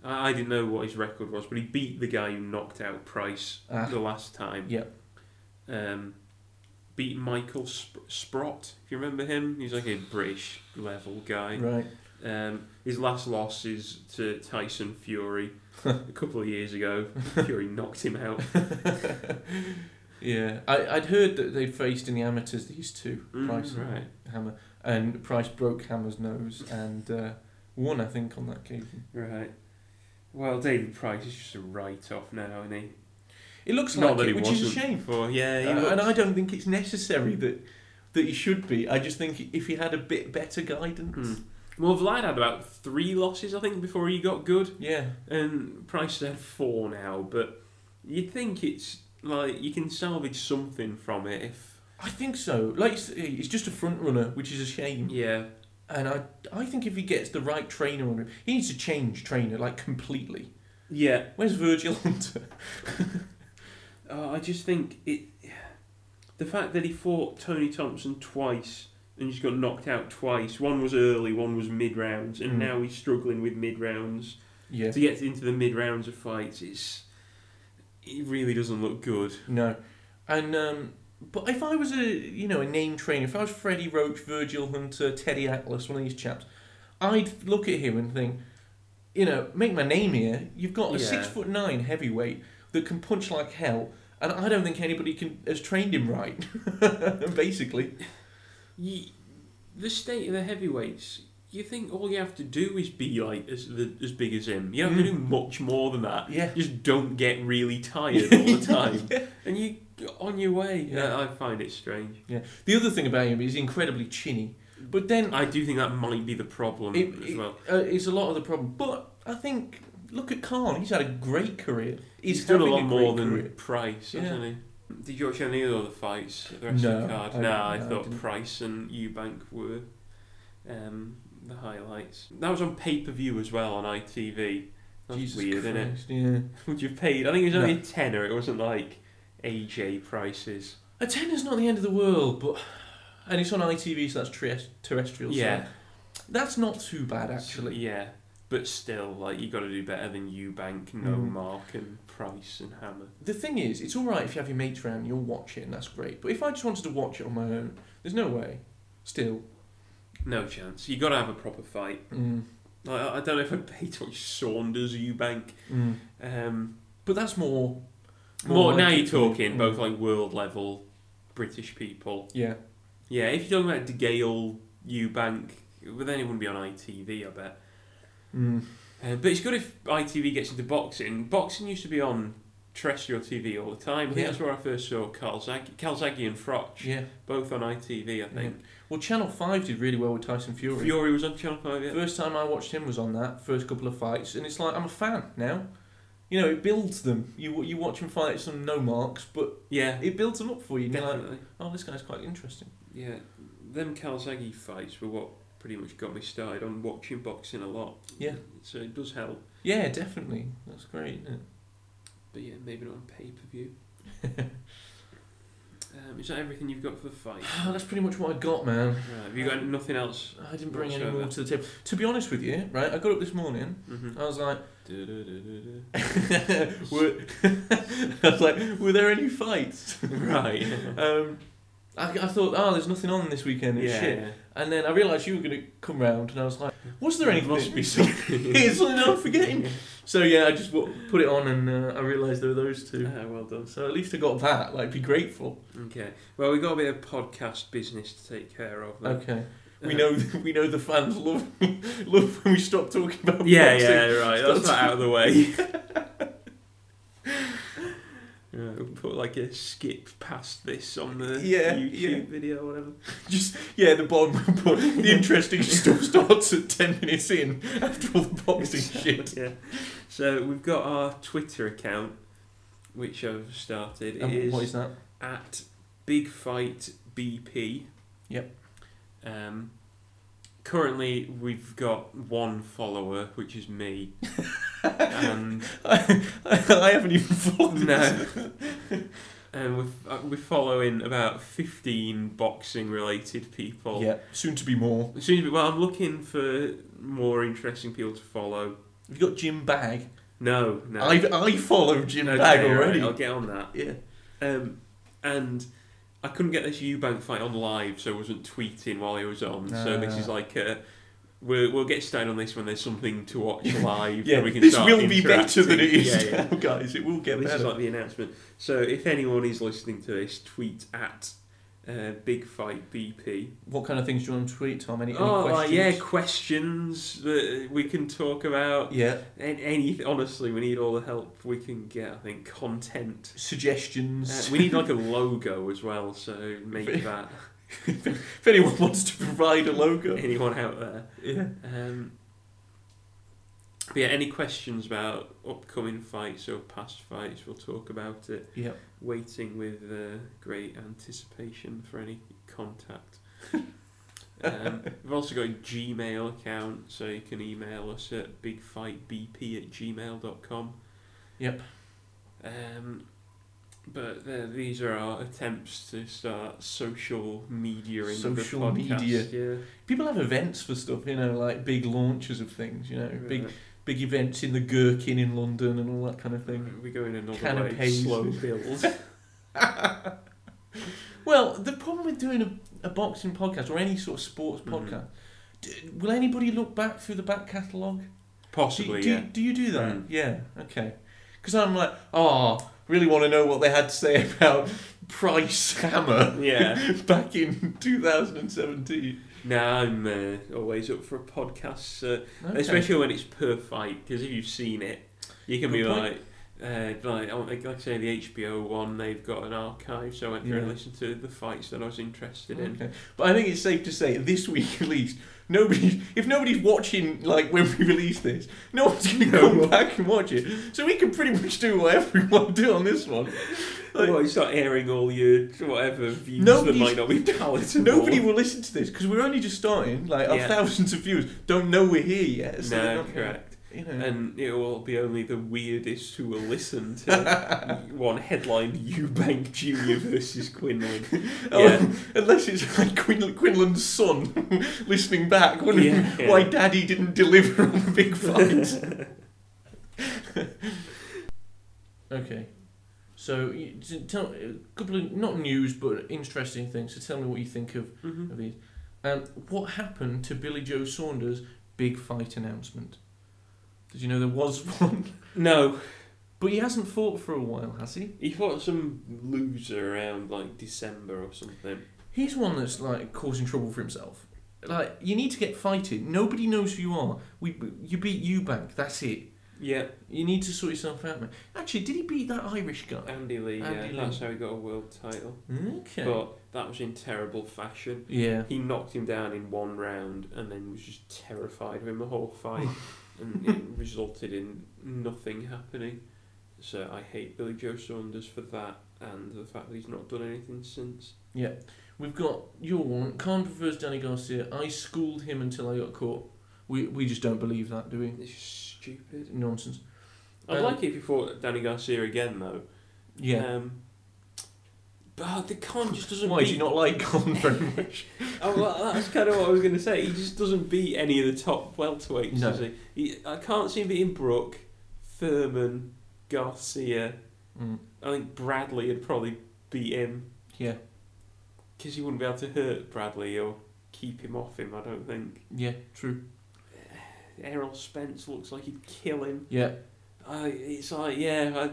Speaker 1: I, I didn't know what his record was, but he beat the guy who knocked out Price
Speaker 2: Ah.
Speaker 1: the last time.
Speaker 2: Yep.
Speaker 1: Um, beat Michael Sp- Sprott, if you remember him. He's like a British level guy.
Speaker 2: Right.
Speaker 1: Um, his last loss is to Tyson Fury a couple of years ago. Fury knocked him out.
Speaker 2: yeah. I, I'd heard that they faced in the amateurs these two,
Speaker 1: Mm,
Speaker 2: Price and
Speaker 1: right.
Speaker 2: Hammer, and Price broke Hammer's nose and uh, won. I think on that occasion.
Speaker 1: Right. Well, David Price is just a write-off now, isn't he?
Speaker 2: It looks
Speaker 1: Not
Speaker 2: like
Speaker 1: that
Speaker 2: it,
Speaker 1: he
Speaker 2: which
Speaker 1: wasn't
Speaker 2: is a shame.
Speaker 1: before. Yeah, he
Speaker 2: Uh,
Speaker 1: looks-
Speaker 2: and I don't think it's necessary that that he should be. I just think if he had a bit better guidance,
Speaker 1: Hmm. Well, Vlad had about three losses, I think, before he got good,
Speaker 2: yeah,
Speaker 1: and Price had four now. But you'd think it's like you can salvage something from it if
Speaker 2: I think so. Like you say, it's just a front runner, which is a shame.
Speaker 1: yeah,
Speaker 2: And I, I think if he gets the right trainer on him, he needs to change trainer like completely.
Speaker 1: yeah.
Speaker 2: Where's Virgil Hunter?
Speaker 1: Uh, I just think it, the fact that he fought Tony Thompson twice and just got knocked out twice. One was early, one was mid rounds, and
Speaker 2: Mm.
Speaker 1: now he's struggling with mid rounds
Speaker 2: Yeah.
Speaker 1: to get into the mid rounds of fights. It's it really doesn't look good.
Speaker 2: No. And um, But if I was a you know a name trainer, if I was Freddie Roach, Virgil Hunter, Teddy Atlas, one of these chaps, I'd look at him and think, you know, make my name here. You've got a
Speaker 1: Yeah.
Speaker 2: six foot nine heavyweight that can punch like hell, and I don't think anybody can has trained him right. Basically,
Speaker 1: Ye the state of the heavyweights. You think all you have to do is be like as the, as big as him. You don't have to do
Speaker 2: Mm.
Speaker 1: much more than that.
Speaker 2: yeah.
Speaker 1: Just don't get really tired all the time,
Speaker 2: Yeah.
Speaker 1: and you on your way.
Speaker 2: Yeah.
Speaker 1: Yeah, I find it strange.
Speaker 2: The other thing about him is he's incredibly chinny, but then
Speaker 1: I do think that might be the problem
Speaker 2: it,
Speaker 1: as well.
Speaker 2: it, uh, it's a lot of the problem. But I think look at Khan; he's had a great career.
Speaker 1: He's, done a
Speaker 2: having
Speaker 1: lot more
Speaker 2: great
Speaker 1: than
Speaker 2: career.
Speaker 1: Price,
Speaker 2: Yeah.
Speaker 1: hasn't he? Did you watch any of the other fights? The rest of
Speaker 2: No,
Speaker 1: the card?
Speaker 2: I-
Speaker 1: nah, I
Speaker 2: no, I
Speaker 1: thought
Speaker 2: didn't.
Speaker 1: Price and Eubank were um, the highlights. That was on pay per view as well on ITV. That's
Speaker 2: Jesus
Speaker 1: weird, isn't it?
Speaker 2: Christ, Yeah.
Speaker 1: Would you have paid? I think it was
Speaker 2: No.
Speaker 1: only a tenner. It wasn't like AJ prices.
Speaker 2: A ten is not the end of the world, but and it's on ITV, so that's tres- terrestrial. so
Speaker 1: Yeah.
Speaker 2: that's not too bad actually.
Speaker 1: Yeah, but still, like you got to do better than Eubank, No
Speaker 2: Mm.
Speaker 1: Mark, and Price and Hammer.
Speaker 2: The thing is, it's all right if you have your mates around, you'll watch it, and that's great. But if I just wanted to watch it on my own, there's no way. Still,
Speaker 1: No chance. You got to have a proper fight.
Speaker 2: mm,
Speaker 1: Like, I I don't know if I'd pay to watch Saunders or Eubank.
Speaker 2: mm.
Speaker 1: Um,
Speaker 2: but that's more.
Speaker 1: more
Speaker 2: like
Speaker 1: now
Speaker 2: it.
Speaker 1: you're talking
Speaker 2: Mm.
Speaker 1: both like world level British people.
Speaker 2: Yeah,
Speaker 1: Yeah, if you're talking about De Gale, Eubank, well, then it wouldn't be on ITV, I bet.
Speaker 2: mm.
Speaker 1: Uh, but it's good if ITV gets into boxing. Boxing used to be on terrestrial TV all the time. I think
Speaker 2: Yeah.
Speaker 1: that's where I first saw Carl Zag- Carl Zaggy and Frotch,
Speaker 2: yeah.
Speaker 1: both on ITV, I think.
Speaker 2: Well, Channel Five did really well with Tyson Fury.
Speaker 1: Fury was on Channel 5, yeah.
Speaker 2: First time I watched him was on that first couple of fights, and it's like I'm a fan now. You know, it builds them. You you watch him fight some no marks, but
Speaker 1: Yeah,
Speaker 2: it builds them up for you. And you're like,
Speaker 1: definitely.
Speaker 2: oh, this guy's quite interesting.
Speaker 1: Yeah, them Calzaghe fights were what pretty much got me started on watching boxing a lot.
Speaker 2: Yeah.
Speaker 1: So it does help.
Speaker 2: Yeah, definitely. That's great. isn't
Speaker 1: But yeah, maybe not on pay per view.
Speaker 2: it?
Speaker 1: Um, is that everything you've got for the fight? Um,
Speaker 2: That's pretty much what I got, man.
Speaker 1: right, have you got nothing else?
Speaker 2: I didn't bring any
Speaker 1: Whatsoever.
Speaker 2: more to the table. To be honest with you, right? I got up this morning.
Speaker 1: Mm-hmm.
Speaker 2: I was like, were, I was like, were there any fights?
Speaker 1: right.
Speaker 2: Um, I, I thought, oh, there's nothing on this weekend. It's
Speaker 1: yeah.
Speaker 2: shit. And then I realised you were going to come round, and I was like, was there
Speaker 1: There
Speaker 2: anything?
Speaker 1: must be something.
Speaker 2: It's something I'm forgetting. So yeah, I just wa- put it on, and uh, I realised there were those two.
Speaker 1: Ah, well done.
Speaker 2: So at least I got that. Like, be grateful.
Speaker 1: Okay. Well, we've got a bit of podcast business to take care of. then.
Speaker 2: Okay. We
Speaker 1: Uh,
Speaker 2: know we know the fans love love when we stop talking about
Speaker 1: Yeah,
Speaker 2: boxing.
Speaker 1: yeah, right. That's that out of the way. Yeah, we'll put like a skip past this on the
Speaker 2: Yeah,
Speaker 1: YouTube
Speaker 2: yeah.
Speaker 1: video or whatever.
Speaker 2: Just yeah, the bottom but the interesting stuff starts at ten minutes in after all the boxing shit.
Speaker 1: Yeah. So we've got our Twitter account, which I've started. It
Speaker 2: And
Speaker 1: is
Speaker 2: Um, what is that?
Speaker 1: at Big Fight BP.
Speaker 2: Yep.
Speaker 1: Um, currently, we've got one follower, which is me. and
Speaker 2: I, I haven't even followed
Speaker 1: No.
Speaker 2: this.
Speaker 1: and we're, uh, we're following about 15 boxing related people.
Speaker 2: Yeah, soon to be more.
Speaker 1: As soon as we, well, I'm looking for more interesting people to follow.
Speaker 2: Have you got Jim Bag?
Speaker 1: No, no.
Speaker 2: I've I follow Jim
Speaker 1: Okay,
Speaker 2: Bag
Speaker 1: right,
Speaker 2: already.
Speaker 1: I'll get on that.
Speaker 2: Yeah.
Speaker 1: Um, and I couldn't get this Eubank fight on live, so I wasn't tweeting while I was on. so this
Speaker 2: Ah.
Speaker 1: is like a. We'll, we'll get started on this when there's something to watch live.
Speaker 2: Yeah,
Speaker 1: and we can
Speaker 2: this
Speaker 1: start
Speaker 2: will be better than it
Speaker 1: interacting.
Speaker 2: is
Speaker 1: Yeah, yeah.
Speaker 2: now, guys. It will get
Speaker 1: this is
Speaker 2: better.
Speaker 1: like the announcement. So if anyone is listening to this, tweet at uh, Big Fight BP.
Speaker 2: What kind of things do you want to tweet, Tom? Any, any
Speaker 1: oh, like,
Speaker 2: questions?
Speaker 1: yeah, questions that we can talk about.
Speaker 2: yeah.
Speaker 1: And any, honestly, we need all the help we can get. I think content. Uh,
Speaker 2: Suggestions.
Speaker 1: we need like a logo as well. So make that.
Speaker 2: if anyone wants to provide a logo.
Speaker 1: anyone out there.
Speaker 2: Yeah.
Speaker 1: Um, but yeah, any questions about upcoming fights or past fights, we'll talk about it.
Speaker 2: Yep.
Speaker 1: Waiting with uh, great anticipation for any contact. um, we've also got a Gmail account, so you can email us at bigfightbp at gmail.com.
Speaker 2: Yep.
Speaker 1: Um, but th- these are our attempts to start social media in
Speaker 2: Social
Speaker 1: the podcast.
Speaker 2: media.
Speaker 1: Yeah.
Speaker 2: People have events for stuff, you know, like big launches of things, you know, big
Speaker 1: Right.
Speaker 2: big events in the Gherkin in London and all that kind of thing.
Speaker 1: We go in another way.
Speaker 2: Canapes.
Speaker 1: Slow build.
Speaker 2: Well, the problem with doing a, a boxing podcast or any sort of sports
Speaker 1: Mhm.
Speaker 2: podcast, d- will anybody look back through the back catalogue? Do,
Speaker 1: Possibly,
Speaker 2: do,
Speaker 1: yeah.
Speaker 2: do you do that?
Speaker 1: Mm.
Speaker 2: Yeah, okay. Because I'm like, oh, really want to know what they had to say about Price Hammer
Speaker 1: Yeah.
Speaker 2: back in 2017.
Speaker 1: No, I'm uh, always up for a podcast, uh,
Speaker 2: Okay.
Speaker 1: especially when it's per fight, because if you've seen it, you can
Speaker 2: Good
Speaker 1: be
Speaker 2: point.
Speaker 1: like. Uh, like, oh, like, like say the HBO one, they've got an archive, so I went through and
Speaker 2: Yeah.
Speaker 1: listened to the fights that I was interested in.
Speaker 2: Okay. But I think it's safe to say this week at least, nobody if nobody's watching like when we release this, no one's gonna
Speaker 1: No
Speaker 2: come
Speaker 1: one.
Speaker 2: back and watch it. So we can pretty much do whatever we want to do on this one. Like,
Speaker 1: well, you start airing all your whatever views that
Speaker 2: Nobody's-
Speaker 1: might not be palatable.
Speaker 2: Nobody will listen to this because we're only just starting. Like our
Speaker 1: Yeah.
Speaker 2: thousands of viewers don't know we're here yet. So they're
Speaker 1: No,
Speaker 2: not gonna-
Speaker 1: correct.
Speaker 2: You know.
Speaker 1: And it will be only the weirdest who will listen to one headline Eubank Jr. versus Quinlan.
Speaker 2: Oh,
Speaker 1: Yeah.
Speaker 2: unless it's like Quin- Quinlan's son listening back, wondering
Speaker 1: Yeah, yeah.
Speaker 2: why Daddy didn't deliver on the big fight. Okay. So, you, t- tell a couple of not news but interesting things. So tell me what you think of,
Speaker 1: Mhm.
Speaker 2: of these. Um, what happened to Billy Joe Saunders' big fight announcement? Did you know there was one?
Speaker 1: No,
Speaker 2: But he hasn't fought for a while, has he?
Speaker 1: he fought some loser around like December or something.
Speaker 2: He's one that's like causing trouble for himself. Like you need to get fighting. Nobody knows who you are. We you beat Eubank. That's it.
Speaker 1: Yeah,
Speaker 2: You need to sort yourself out, man. Actually, did he beat that Irish guy?
Speaker 1: Andy Lee.
Speaker 2: Andy
Speaker 1: yeah,
Speaker 2: Lee.
Speaker 1: that's how he got a world title.
Speaker 2: Okay.
Speaker 1: But that was in terrible fashion.
Speaker 2: yeah.
Speaker 1: He knocked him down in one round and then was just terrified of him the whole fight,
Speaker 2: Oh.
Speaker 1: and it resulted in nothing happening. So I hate Billy Joe Saunders for that and the fact that he's not done anything since.
Speaker 2: We've got your one. Khan prefers Danny Garcia. I schooled him until I got caught. We we just don't believe that, do we?
Speaker 1: It's just stupid.
Speaker 2: Nonsense.
Speaker 1: I'd
Speaker 2: Um,
Speaker 1: like it if you fought Danny Garcia again though.
Speaker 2: Yeah.
Speaker 1: Um, but the con just doesn't.
Speaker 2: Why
Speaker 1: beat...
Speaker 2: do you not like Khan very much?
Speaker 1: Oh, well, that's kind of what I was going to say. He just doesn't beat any of the top welterweights,
Speaker 2: No.
Speaker 1: does he? he? I can't see him beating Brooke, Thurman, Garcia.
Speaker 2: Mm,
Speaker 1: I think Bradley would probably beat him
Speaker 2: yeah.
Speaker 1: because he wouldn't be able to hurt Bradley or keep him off him. I don't think.
Speaker 2: Yeah. True.
Speaker 1: Errol Spence looks like he'd kill him.
Speaker 2: Yeah.
Speaker 1: Uh, it's like yeah,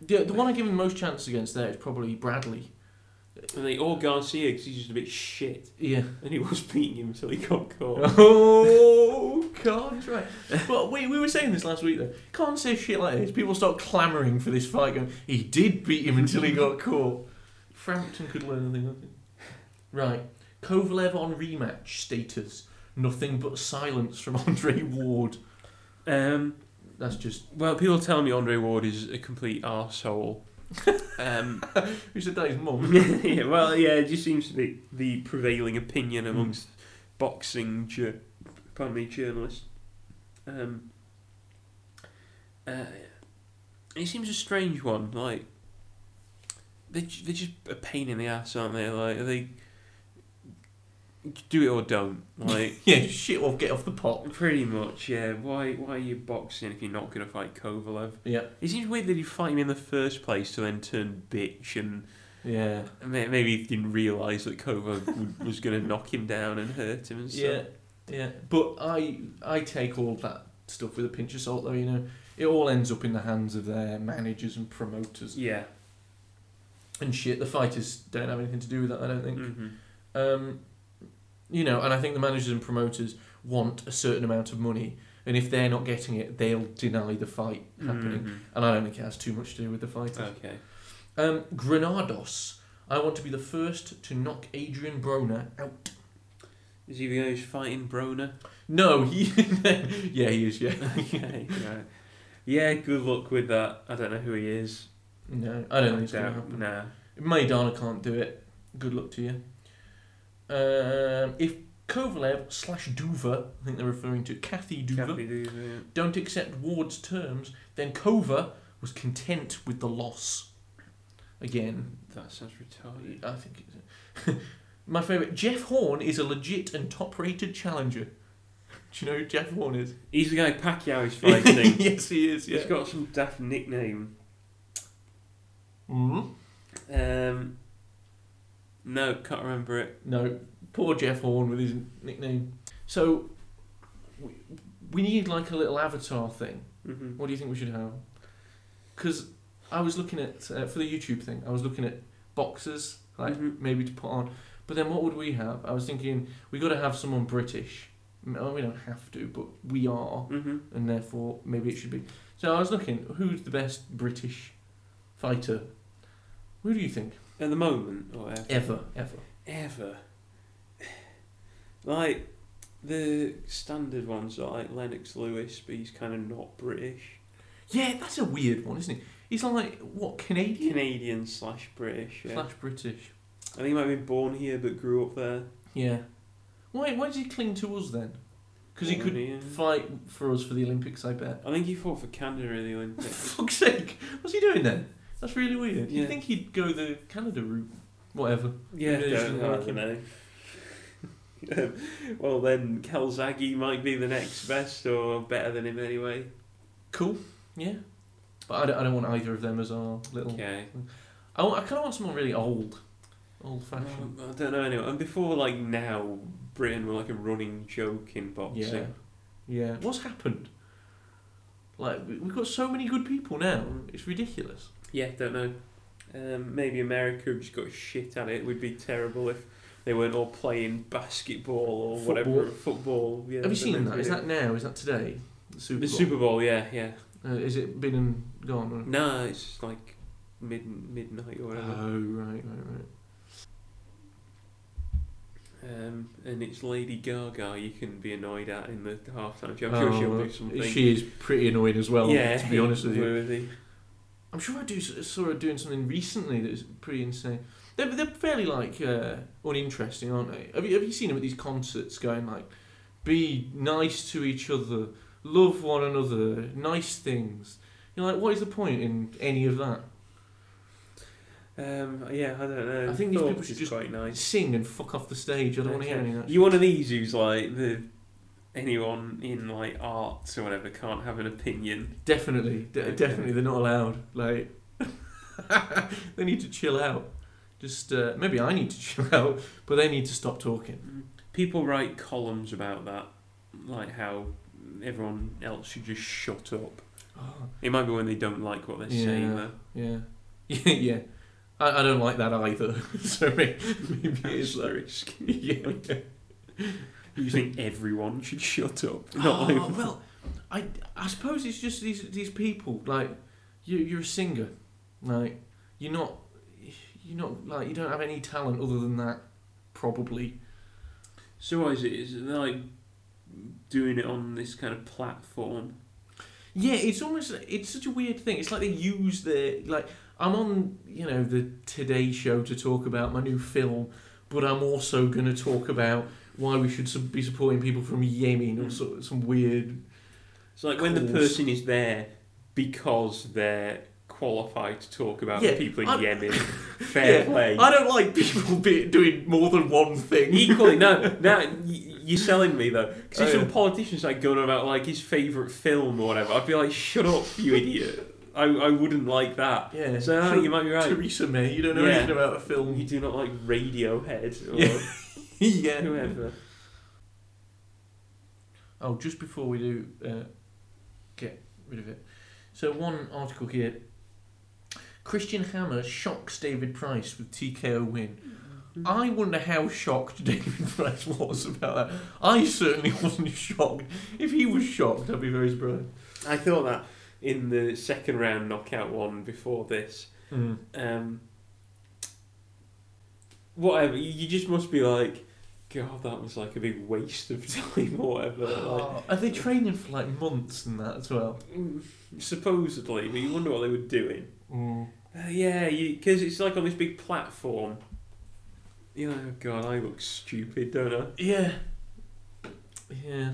Speaker 2: The the one I give him most chance against there is probably Bradley.
Speaker 1: I, and they all Garcia because he's just a bit shit,
Speaker 2: Yeah.
Speaker 1: and he was beating him until he got caught.
Speaker 2: Oh, Khan's right. Well, we, we were saying this last week though. Khan says shit like this. People start clamouring for this fight. Going, he did beat him until he got caught. Frampton could learn anything. couldn't he? Right, Kovalev on rematch status. Nothing but silence from Andre Ward.
Speaker 1: Um,
Speaker 2: That's just
Speaker 1: Well, people tell me Andre Ward is a complete arsehole. um,
Speaker 2: who said that? His mum.
Speaker 1: yeah, well, yeah, it just seems to be the prevailing
Speaker 2: Hmm.
Speaker 1: opinion amongst boxing, ju- pardon me, journalists. Um, uh, it seems a strange one. Like they ju- they're just a pain in the ass, aren't they? Like they do it or don't. Like
Speaker 2: yeah, just shit off. Get off the pot.
Speaker 1: pretty much, yeah. Why why are you boxing if you're not going to fight Kovalev?
Speaker 2: Yeah,
Speaker 1: It seems weird that you fight him in the first place to then turn bitch and
Speaker 2: yeah,
Speaker 1: may- maybe he didn't realise that Kova w- was going to knock him down and hurt him and stuff.
Speaker 2: yeah, yeah. But I I take all that stuff with a pinch of salt though. You know, it all ends up in the hands of their managers and promoters.
Speaker 1: Yeah.
Speaker 2: and shit. The fighters don't have anything to do with that, I don't think.
Speaker 1: hmm
Speaker 2: Um, you know, and I think the managers and promoters want a certain amount of money, and if they're not getting it, they'll deny the fight
Speaker 1: Mm.
Speaker 2: happening. And I don't think it has too much to do with the fighters.
Speaker 1: Okay.
Speaker 2: Um, Granados, I want to be the first to knock Adrian Broner out.
Speaker 1: Is he the guy who's fighting Broner?
Speaker 2: No, he, yeah, he is. Yeah,
Speaker 1: okay. Right. Yeah, good luck with that. I don't know who he is.
Speaker 2: no, I don't think it's gonna happen.
Speaker 1: Nah.
Speaker 2: Maidana can't do it. Good luck to you. Um, if Kovalev slash Duva, I think they're referring to Kathy Duva,
Speaker 1: Can't be doing
Speaker 2: don't accept Ward's terms, then Kova was content with the loss. Again,
Speaker 1: it. That sounds retarded.
Speaker 2: I think it's my favourite. Jeff Horn is a legit and top-rated challenger. Do you know who Jeff Horn is?
Speaker 1: He's the guy Pacquiao is fighting.
Speaker 2: yes, he is. Yeah.
Speaker 1: He's got some daft nickname.
Speaker 2: Mhm.
Speaker 1: Um, no, No, can't remember it.
Speaker 2: No, poor Jeff Horn with his nickname. So we, we need like a little avatar thing.
Speaker 1: Mm-hmm.
Speaker 2: What do you think we should have? Because I was looking at uh, for the YouTube thing. I was looking at boxes like
Speaker 1: Mhm.
Speaker 2: maybe to put on. But then what would we have? I was thinking we got to have someone British. M- oh, we don't have to, but we are,
Speaker 1: Mm-hmm.
Speaker 2: and therefore maybe it should be. So I was looking who's the best British fighter. Who do you think
Speaker 1: At the moment, or ever?
Speaker 2: ever ever?
Speaker 1: Ever. Like, the standard ones are like Lennox Lewis, but he's kind of not British.
Speaker 2: Yeah, that's a weird one, isn't it? He's like what Canadian
Speaker 1: Canadian slash British, yeah.
Speaker 2: slash British.
Speaker 1: I think he might have been born here but grew up there.
Speaker 2: Yeah. Why? Why does he cling to us then? Because he
Speaker 1: Born
Speaker 2: could
Speaker 1: here.
Speaker 2: fight for us for the Olympics, I bet.
Speaker 1: I think he fought for Canada in the
Speaker 2: For
Speaker 1: Olympics.
Speaker 2: fuck's sake, what's he doing then? That's really weird.
Speaker 1: Yeah.
Speaker 2: You'd think he'd go the Canada route. Whatever.
Speaker 1: yeah,
Speaker 2: Maybe they
Speaker 1: don't,
Speaker 2: shouldn't
Speaker 1: I
Speaker 2: like
Speaker 1: don't know. Um, well, then Calzaghe might be the next best or better than him anyway.
Speaker 2: Cool. Yeah. But I don't, I don't want either of them as our little.
Speaker 1: Okay.
Speaker 2: I, want, I kind of want someone really old. Old fashioned.
Speaker 1: Um, I don't know anyway. And before, like now, Britain were like a running joke in boxing.
Speaker 2: yeah. Yeah. What's happened? Like, we- we've got so many good people now. It's ridiculous.
Speaker 1: Yeah, don't know. Um, maybe America have just got shit at it. Would be terrible if they weren't all playing basketball or whatever football. Yeah,
Speaker 2: Have you
Speaker 1: but
Speaker 2: seen
Speaker 1: they
Speaker 2: that? Is
Speaker 1: do.
Speaker 2: that now? Is that today? The Super
Speaker 1: the
Speaker 2: Bowl?
Speaker 1: Super Bowl? Yeah, yeah.
Speaker 2: Uh, is it been and gone? or-
Speaker 1: No, it's just like mid midnight or whatever.
Speaker 2: Oh, right, right, right.
Speaker 1: Um, and it's Lady Gaga. You can be annoyed at in the halftime show. I'm sure she'll do something.
Speaker 2: She Oh, is pretty annoying as well,
Speaker 1: yeah,
Speaker 2: to be honest with you.
Speaker 1: worthy.
Speaker 2: I'm sure I do s- saw her doing something recently that is pretty insane. They're, they're fairly like uh, uninteresting, aren't they? Have you, have you seen them at these concerts going like, be nice to each other, love one another, nice things? You're like, what is the point in any of that?
Speaker 1: Um, yeah, I don't know.
Speaker 2: I think these
Speaker 1: Thought
Speaker 2: people should
Speaker 1: is
Speaker 2: just-
Speaker 1: quite nice.
Speaker 2: Sing and fuck off the stage. I don't want to hear any of that.
Speaker 1: You one of these who's like the anyone in like arts or whatever can't have an opinion.
Speaker 2: Definitely, de-
Speaker 1: Okay.
Speaker 2: definitely, they're not allowed. Like, they need to chill out. Just uh, maybe I need to chill out, but they need to stop talking.
Speaker 1: People write columns about that, like how everyone else should just shut up.
Speaker 2: Oh,
Speaker 1: It might be when they don't like what they're saying
Speaker 2: Yeah.
Speaker 1: though.
Speaker 2: yeah, yeah, yeah. I, I don't like that either. so maybe, maybe it is like,
Speaker 1: Asterisk.
Speaker 2: yeah.
Speaker 1: You think everyone should shut up?
Speaker 2: Oh,
Speaker 1: Not like
Speaker 2: well, I I suppose it's just these these people like you you're a singer, like you're not you're not like you don't have any talent other than that, probably.
Speaker 1: So what is it? Is it like doing it on this kind of platform?
Speaker 2: Yeah, it's almost it's such a weird thing. It's like they use their like I'm on you know the Today Show to talk about my new film, but I'm also going to talk about why we should sub- be supporting people from Yemen or so, some weird.
Speaker 1: It's like when the
Speaker 2: Calls.
Speaker 1: person is there because they're qualified to talk about the
Speaker 2: Yeah,
Speaker 1: people in
Speaker 2: I'm-
Speaker 1: Yemen. Fair
Speaker 2: Yeah,
Speaker 1: play.
Speaker 2: I don't like people be, doing more than one thing.
Speaker 1: Equally, no. Now y- you're selling me though, because if
Speaker 2: Oh,
Speaker 1: some
Speaker 2: yeah.
Speaker 1: politician's like going on about like his favourite film or whatever, I'd be like, "Shut up, you idiot! I, I wouldn't like that."
Speaker 2: Yeah.
Speaker 1: So ah,
Speaker 2: Ther-
Speaker 1: you might be right.
Speaker 2: Theresa May, you don't know
Speaker 1: Yeah.
Speaker 2: anything about a film.
Speaker 1: You do not like Radiohead or
Speaker 2: Yeah. yeah.
Speaker 1: whoever.
Speaker 2: Oh, just before we do uh, get rid of it. So, one article here Christian Hammer shocks David Price with TKO win. I wonder how shocked David Price was about that. I certainly wasn't shocked. If he was shocked, I'd be very surprised.
Speaker 1: I thought that in the second round knockout one before this. Um, whatever, you you just must be like, God, that was like a big waste of time or whatever. Like,
Speaker 2: Oh, are they training for like months and that as well?
Speaker 1: mm, supposedly, but you wonder what they were doing. Uh, yeah, because it's like on this big platform. You know, God, I look stupid, don't I?
Speaker 2: Yeah. Yeah.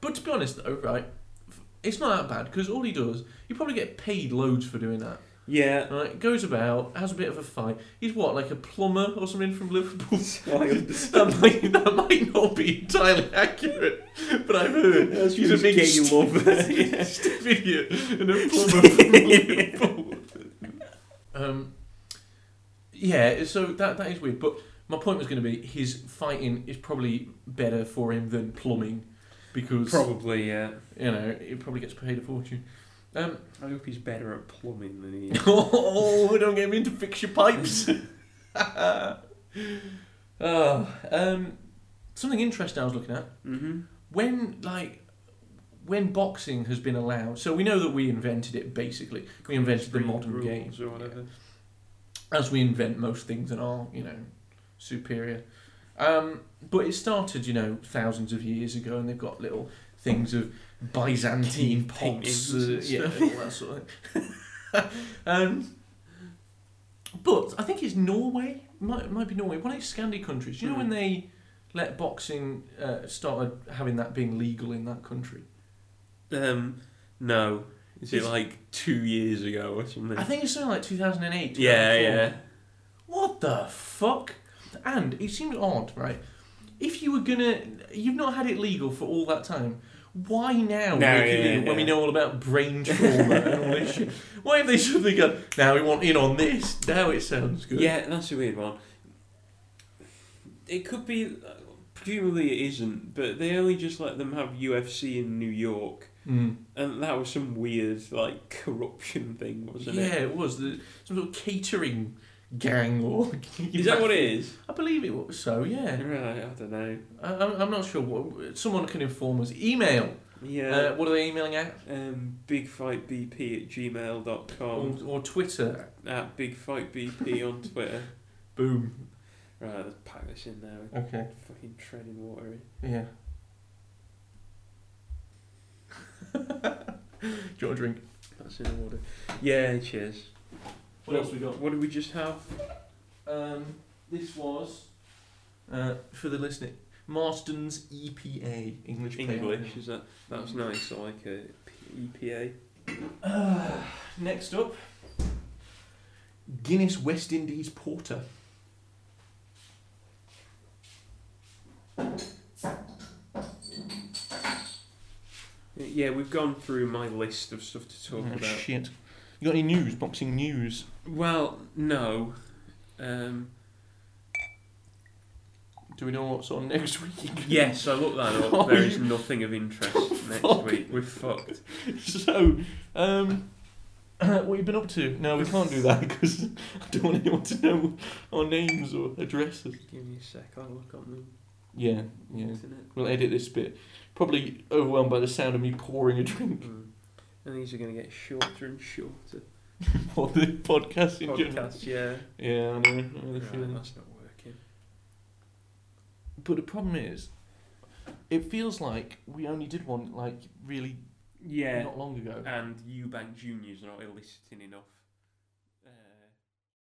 Speaker 2: But to be honest, though, right, f- it's not that bad because all he does, you probably get paid loads for doing that.
Speaker 1: Yeah.
Speaker 2: Right, goes about, has a bit of a fight. He's what, like a plumber or something from Liverpool?
Speaker 1: So I
Speaker 2: that, might, that might not be entirely accurate, but I've heard
Speaker 1: That's
Speaker 2: he's a
Speaker 1: just
Speaker 2: big
Speaker 1: gay
Speaker 2: stu-
Speaker 1: love. Yeah.
Speaker 2: stupid idiot and a plumber from Liverpool. Um, Yeah, so that that is weird. But my point was going to be his fighting is probably better for him than plumbing, because
Speaker 1: Probably, yeah.
Speaker 2: you know he probably gets paid a fortune. Um,
Speaker 1: I hope he's better at plumbing than he is.
Speaker 2: oh, don't get me into fix your pipes. oh, um, something interesting I was looking at
Speaker 1: mm-hmm.
Speaker 2: when like when boxing has been allowed. So we know that we invented it basically. We invented the modern game.
Speaker 1: or whatever.
Speaker 2: as we invent most things and are, you know, superior. Um, but it started, you know, thousands of years ago, and they've got little things of Byzantine
Speaker 1: King
Speaker 2: pots, uh,
Speaker 1: paintings
Speaker 2: yeah,
Speaker 1: and
Speaker 2: all that sort of thing. um, but I think it's Norway, might, might be Norway, one of these Scandi countries. Do you know when
Speaker 1: Hmm.
Speaker 2: they let boxing uh, started having that being legal in that country?
Speaker 1: Um, no. Is it
Speaker 2: It's-
Speaker 1: like two years ago or something?
Speaker 2: I think it's something like 2008.
Speaker 1: yeah,
Speaker 2: 2004.
Speaker 1: yeah.
Speaker 2: What the fuck? And it seems odd, right? If you were gonna, you've not had it legal for all that time. Why now
Speaker 1: No,
Speaker 2: make it
Speaker 1: yeah,
Speaker 2: legal when we
Speaker 1: yeah.
Speaker 2: know all about brain trauma and all this shit? Why have they suddenly gone? Now we want in on this. Now it sounds good.
Speaker 1: Yeah, that's a weird one. It could be. Presumably it isn't, but they only just let them have UFC in New York,
Speaker 2: Mm.
Speaker 1: and that was some weird like corruption thing, wasn't
Speaker 2: yeah,
Speaker 1: it?
Speaker 2: it was the, some sort of catering gang or.
Speaker 1: Is that what it is?
Speaker 2: I believe it was so. Yeah.
Speaker 1: Right, I don't know.
Speaker 2: I, I'm I'm not sure. What someone can inform us. Email. Uh,
Speaker 1: Yeah.
Speaker 2: what are they emailing at?
Speaker 1: um, bigfightbp at
Speaker 2: Or,
Speaker 1: gmail.com
Speaker 2: or Twitter.
Speaker 1: at bigfightbp on Twitter.
Speaker 2: Boom.
Speaker 1: Right, let's pack this in now.
Speaker 2: Okay.
Speaker 1: Fucking treading water in.
Speaker 2: Yeah. Do you want a drink?
Speaker 1: That's in order. Yeah, cheers.
Speaker 2: What else we got?
Speaker 1: What did we just have?
Speaker 2: Um, this was uh, for the listening. Marston's EPA English Pale
Speaker 1: English,
Speaker 2: Ale.
Speaker 1: is that? That's
Speaker 2: Mm.
Speaker 1: nice, I like E a EPA.
Speaker 2: Uh, next up, Guinness West Indies Porter.
Speaker 1: Yeah, we've gone through my list of stuff to talk
Speaker 2: Oh,
Speaker 1: about.
Speaker 2: shit! You got any news? Boxing news?
Speaker 1: Well, no. Um,
Speaker 2: Do we know what's on next week?
Speaker 1: yes, I looked that
Speaker 2: Oh,
Speaker 1: up. There
Speaker 2: you-
Speaker 1: is nothing of interest next
Speaker 2: Fuck.
Speaker 1: week. We're fucked.
Speaker 2: so, um, what you been up to? No, we can't do that because I don't want anyone to know our names or addresses.
Speaker 1: Give me a sec, I'll look on
Speaker 2: Yeah,
Speaker 1: the
Speaker 2: yeah.
Speaker 1: internet.
Speaker 2: We'll edit this bit. Probably overwhelmed by the sound of me pouring a drink
Speaker 1: Mm. And these are going to get shorter and shorter.
Speaker 2: for the podcast in general.
Speaker 1: Podcasts, yeah.
Speaker 2: Yeah, I know. I know the
Speaker 1: Right,
Speaker 2: feeling.
Speaker 1: that's not working.
Speaker 2: But the problem is, it feels like we only did one like really
Speaker 1: Yeah.
Speaker 2: not long ago.
Speaker 1: And Eubank Junior's not eliciting enough. uh,